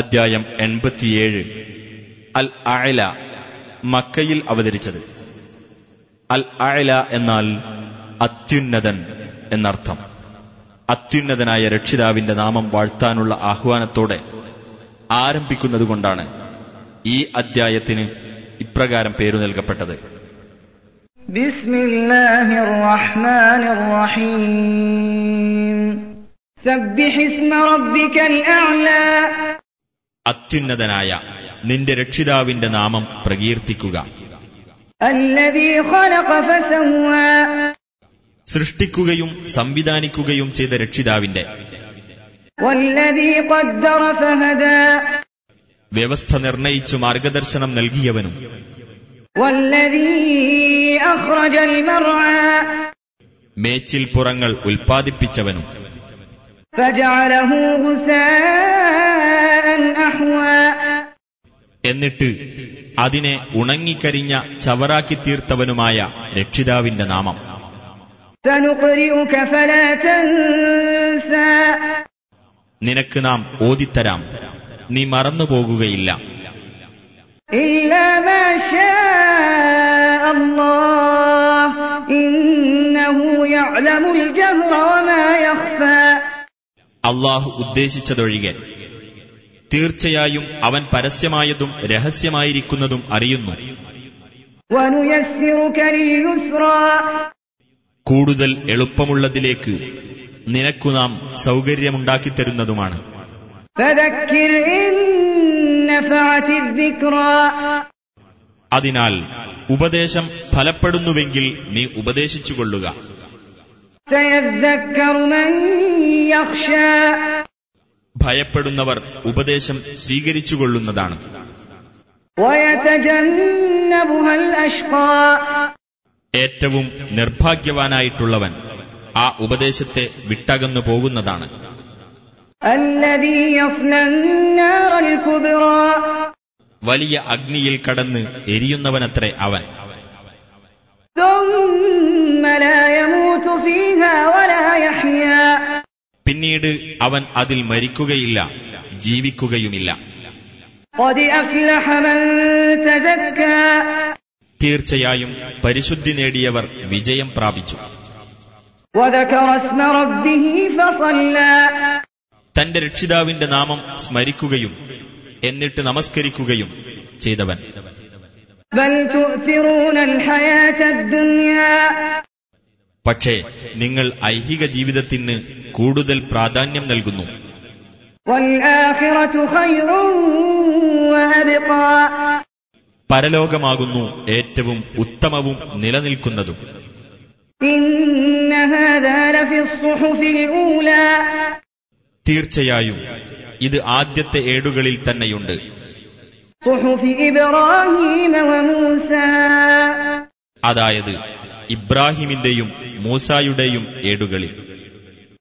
അദ്ധ്യായം എൺപത്തിയേഴ് അൽ അഅല മക്കയിൽ അവതരിച്ചത് അൽ അഅല എന്നാൽ അത്യുന്നതൻ എന്നർത്ഥം അത്യുന്നതനായ രക്ഷിതാവിന്റെ നാമം വാഴ്ത്താനുള്ള ആഹ്വാനത്തോടെ ആരംഭിക്കുന്നതുകൊണ്ടാണ് ഈ അദ്ധ്യായത്തിന് ഇപ്രകാരം പേരു നൽകപ്പെട്ടത് بسم الله الرحمن الرحيم سبح اسم ربك الأعلى അത്യുന്നതനായ നിന്റെ രക്ഷിതാവിന്റെ നാമം പ്രകീർത്തിക്കുക الذي خلق فسوى സൃഷ്ടിക്കുകയും സംവിധാനിക്കുകയും ചെയ്ത രക്ഷിതാവിന്റെ والذي قدر فهدى വ്യവസ്ഥ നിർണയിച്ചു മാർഗദർശനം നൽകിയവനും والذي أخرج المرعى മേച്ചിൽ പുറങ്ങൾ ഉൽപ്പാദിപ്പിച്ചവനും فجعله غثاء أحوى എന്നിട്ട് അതിനെ ഉണങ്ങിക്കരിഞ്ഞ ചവറാക്കി തീർത്തവനുമായ രക്ഷിതാവിന്റെ നാമം سنقرئك فلا تنسى നിനക്ക് നാം ഓദിത്തരാം നീ മറന്നുപോകുകയില്ല إلا ما شاء الله إنه يعلم الجهر وما يخفى അള്ളാഹു ഉദ്ദേശിച്ചതൊഴികെ തീർച്ചയായും അവൻ പരസ്യമായതും രഹസ്യമായിരിക്കുന്നതും അറിയുന്നു ونيسرك لليسرى കൂടുതൽ എളുപ്പമുള്ളതിലേക്ക് നിനക്കു നാം സൗകര്യമുണ്ടാക്കിത്തരുന്നതുമാണ് فذكر إن نفعت الذكرى അതിനാൽ ഉപദേശം ഫലപ്പെടുന്നുവെങ്കിൽ നീ ഉപദേശിച്ചുകൊള്ളുക سيذكر من يخشى ഭയപ്പെടുന്നവർ ഉപദേശം സ്വീകരിച്ചുകൊള്ളുന്നതാണ് ويتجنبها الأشقى ഏറ്റവും നിർഭാഗ്യവാനായിട്ടുള്ളവൻ ആ ഉപദേശത്തെ വിട്ടകന്നു പോകുന്നതാണ് الذي يصلى النار الكبرى വലിയ അഗ്നിയിൽ കടന്ന് എരിയുന്നവനത്രേ അവൻ ثم لا يموت فيها ولا يحيا പിന്നീട് അവൻ അതിൽ മരിക്കുകയില്ല ജീവിക്കുകയുമില്ല قد أفلح من تزكى തീർച്ചയായും പരിശുദ്ധി നേടിയവർ വിജയം പ്രാപിച്ചു وذكر اسم ربه فصلى തന്റെ രക്ഷിതാവിന്റെ നാമം സ്മരിക്കുകയും എന്നിട്ട് നമസ്കരിക്കുകയും ചെയ്തവൻ بل تؤثرون الحياة الدنيا പക്ഷേ നിങ്ങൾ ഐഹിക ജീവിതത്തിന് കൂടുതൽ പ്രാധാന്യം നൽകുന്നു والآخرة خير وأبقى പരലോകമാകുന്നു ഏറ്റവും ഉത്തമവും നിലനിൽക്കുന്നതും إن هذا لفي الصحف الأولى തീർച്ചയായും ഇത് ആദ്യത്തെ ഏടുകളിൽ തന്നെയുണ്ട് صحف إبراهيم وموسى അതായത് ഇബ്രാഹിമിന്റെയും മൂസായുടെയും ഏടുകളിൽ